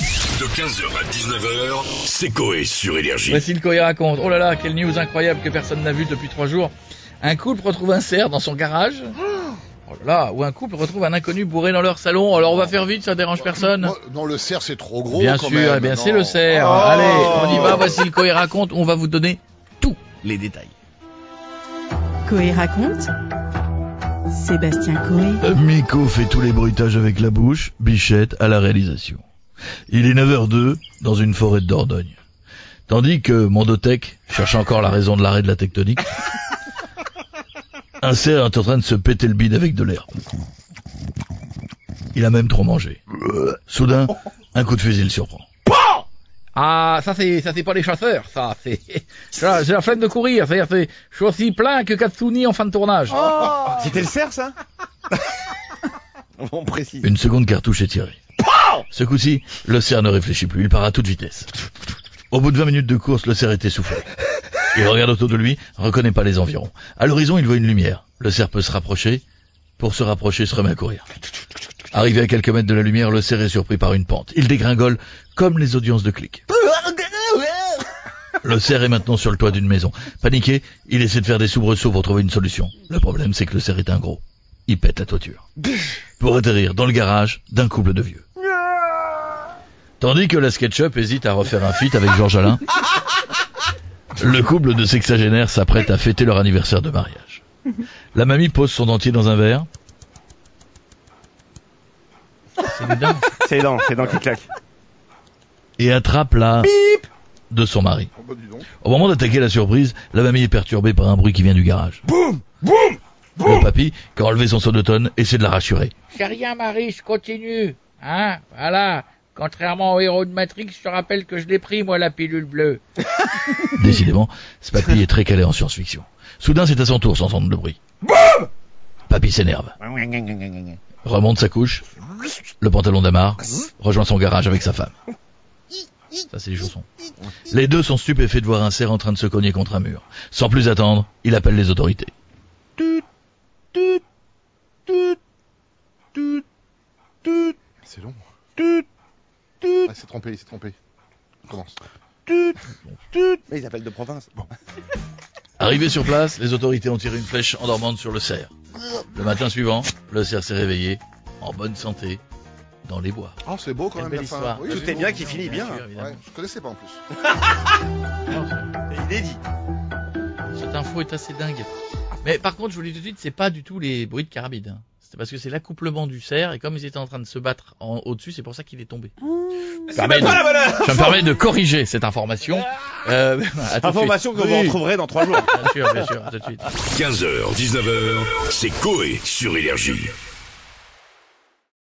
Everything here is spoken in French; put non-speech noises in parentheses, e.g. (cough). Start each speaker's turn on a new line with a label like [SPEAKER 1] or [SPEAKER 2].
[SPEAKER 1] De 15h à 19h, c'est Coé sur Énergie.
[SPEAKER 2] Voici le Coé raconte. Oh là là, quelle news incroyable que personne n'a vue depuis trois jours. Un couple retrouve un cerf dans son garage. Oh là là, ou un couple retrouve un inconnu bourré dans leur salon. Alors on va faire vite, ça dérange personne.
[SPEAKER 3] Moi, Non, le cerf, c'est trop gros.
[SPEAKER 2] Bien
[SPEAKER 3] Oh, quand
[SPEAKER 2] sûr,
[SPEAKER 3] même,
[SPEAKER 2] eh bien
[SPEAKER 3] non. Oh.
[SPEAKER 2] c'est le cerf. Allez, on y va, voici le Coé raconte. On va vous donner tous les détails.
[SPEAKER 4] Coé raconte. Sébastien Coé.
[SPEAKER 5] Miko fait tous les bruitages avec la bouche, Bichette à la réalisation. Il est 9h02 dans une forêt de Dordogne. Tandis que Mondotech cherche encore la raison de l'arrêt de la tectonique. Un cerf est en train de se péter le bide avec de l'air. Il a même trop mangé. Soudain, un coup de fusil le surprend.
[SPEAKER 2] Ah, ça c'est, ça c'est pas les chasseurs, ça c'est, (laughs) j'ai la, j'ai la flemme de courir, c'est-à-dire c'est, je suis aussi plein que Katsuni en fin de tournage.
[SPEAKER 6] C'était le cerf, ça (laughs) On précise.
[SPEAKER 5] Une seconde cartouche est tirée. Ce coup-ci, le cerf ne réfléchit plus, il part à toute vitesse. Au bout de 20 minutes de course, le cerf est essoufflé. Il regarde autour de lui, reconnaît pas les environs. À l'horizon, il voit une lumière. Le cerf peut se rapprocher. Pour se rapprocher, se remet à courir. Arrivé à quelques mètres de la lumière, le cerf est surpris par une pente. Il dégringole comme les audiences de clics. Le cerf est maintenant sur le toit d'une maison. Paniqué, il essaie de faire des soubresauts pour trouver une solution. Le problème, c'est que le cerf est un gros. Il pète la toiture pour atterrir dans le garage d'un couple de vieux. Tandis que la SketchUp hésite à refaire un feat avec Georges Alain, le couple de sexagénaires s'apprête à fêter leur anniversaire de mariage. La mamie pose son dentier dans un verre.
[SPEAKER 6] C'est lent, c'est lent qui claque.
[SPEAKER 5] et attrape la de son mari.
[SPEAKER 3] Oh, bah, dis donc.
[SPEAKER 5] Au moment d'attaquer la surprise, la mamie est perturbée par un bruit qui vient du garage. Boum Boum Le papy, qui a enlevé son sonoton, essaie de la rassurer. (laughs)
[SPEAKER 2] C'est rien, Marie, je continue. Hein Voilà. Contrairement au héros de Matrix, je te rappelle que je l'ai pris, moi, la pilule bleue.
[SPEAKER 5] Décidément, ce papy est très calé en science-fiction. Soudain, c'est à son tour sans entendre le bruit. Boum Papy s'énerve. Remonte sa couche, le pantalon d'amarre, rejoint son garage avec sa femme. Ça, c'est les chaussons. Les deux sont stupéfaits de voir un cerf en train de se cogner contre un mur. Sans plus attendre, il appelle les autorités.
[SPEAKER 3] C'est long. Ah, c'est trompé, il s'est trompé. On commence.
[SPEAKER 6] Mais ils appellent de province.
[SPEAKER 5] Arrivé sur place, les autorités ont tiré une flèche endormante sur le cerf. Le matin suivant, le cerf s'est réveillé, en bonne santé, dans les bois.
[SPEAKER 3] Oh, c'est beau quand
[SPEAKER 2] Quelle
[SPEAKER 3] même
[SPEAKER 2] belle
[SPEAKER 3] la fin.
[SPEAKER 2] histoire.
[SPEAKER 3] Oui,
[SPEAKER 6] Tout
[SPEAKER 3] c'est
[SPEAKER 6] est
[SPEAKER 3] beau.
[SPEAKER 6] bien qui finit bien.
[SPEAKER 5] Bien sûr, évidemment.
[SPEAKER 3] Ouais, je connaissais pas en plus.
[SPEAKER 6] Il est dit.
[SPEAKER 2] Cette info est assez dingue. Mais par contre, je vous le dis tout de suite, c'est pas du tout les bruits de carabine. hein. C'est parce que c'est l'accouplement du cerf, et comme ils étaient en train de se battre en, au-dessus, c'est pour ça qu'il est tombé.
[SPEAKER 6] Ah. C'est même pas la bonne heure.
[SPEAKER 2] Je me permets de corriger cette information. Euh, (laughs) à tout de
[SPEAKER 6] Ah. Information que
[SPEAKER 2] suite.
[SPEAKER 6] vous
[SPEAKER 2] Oui.
[SPEAKER 6] retrouverez dans trois jours.
[SPEAKER 2] Bien sûr, bien sûr, à tout de suite.
[SPEAKER 1] 15h, 19h, c'est Coé sur Énergie.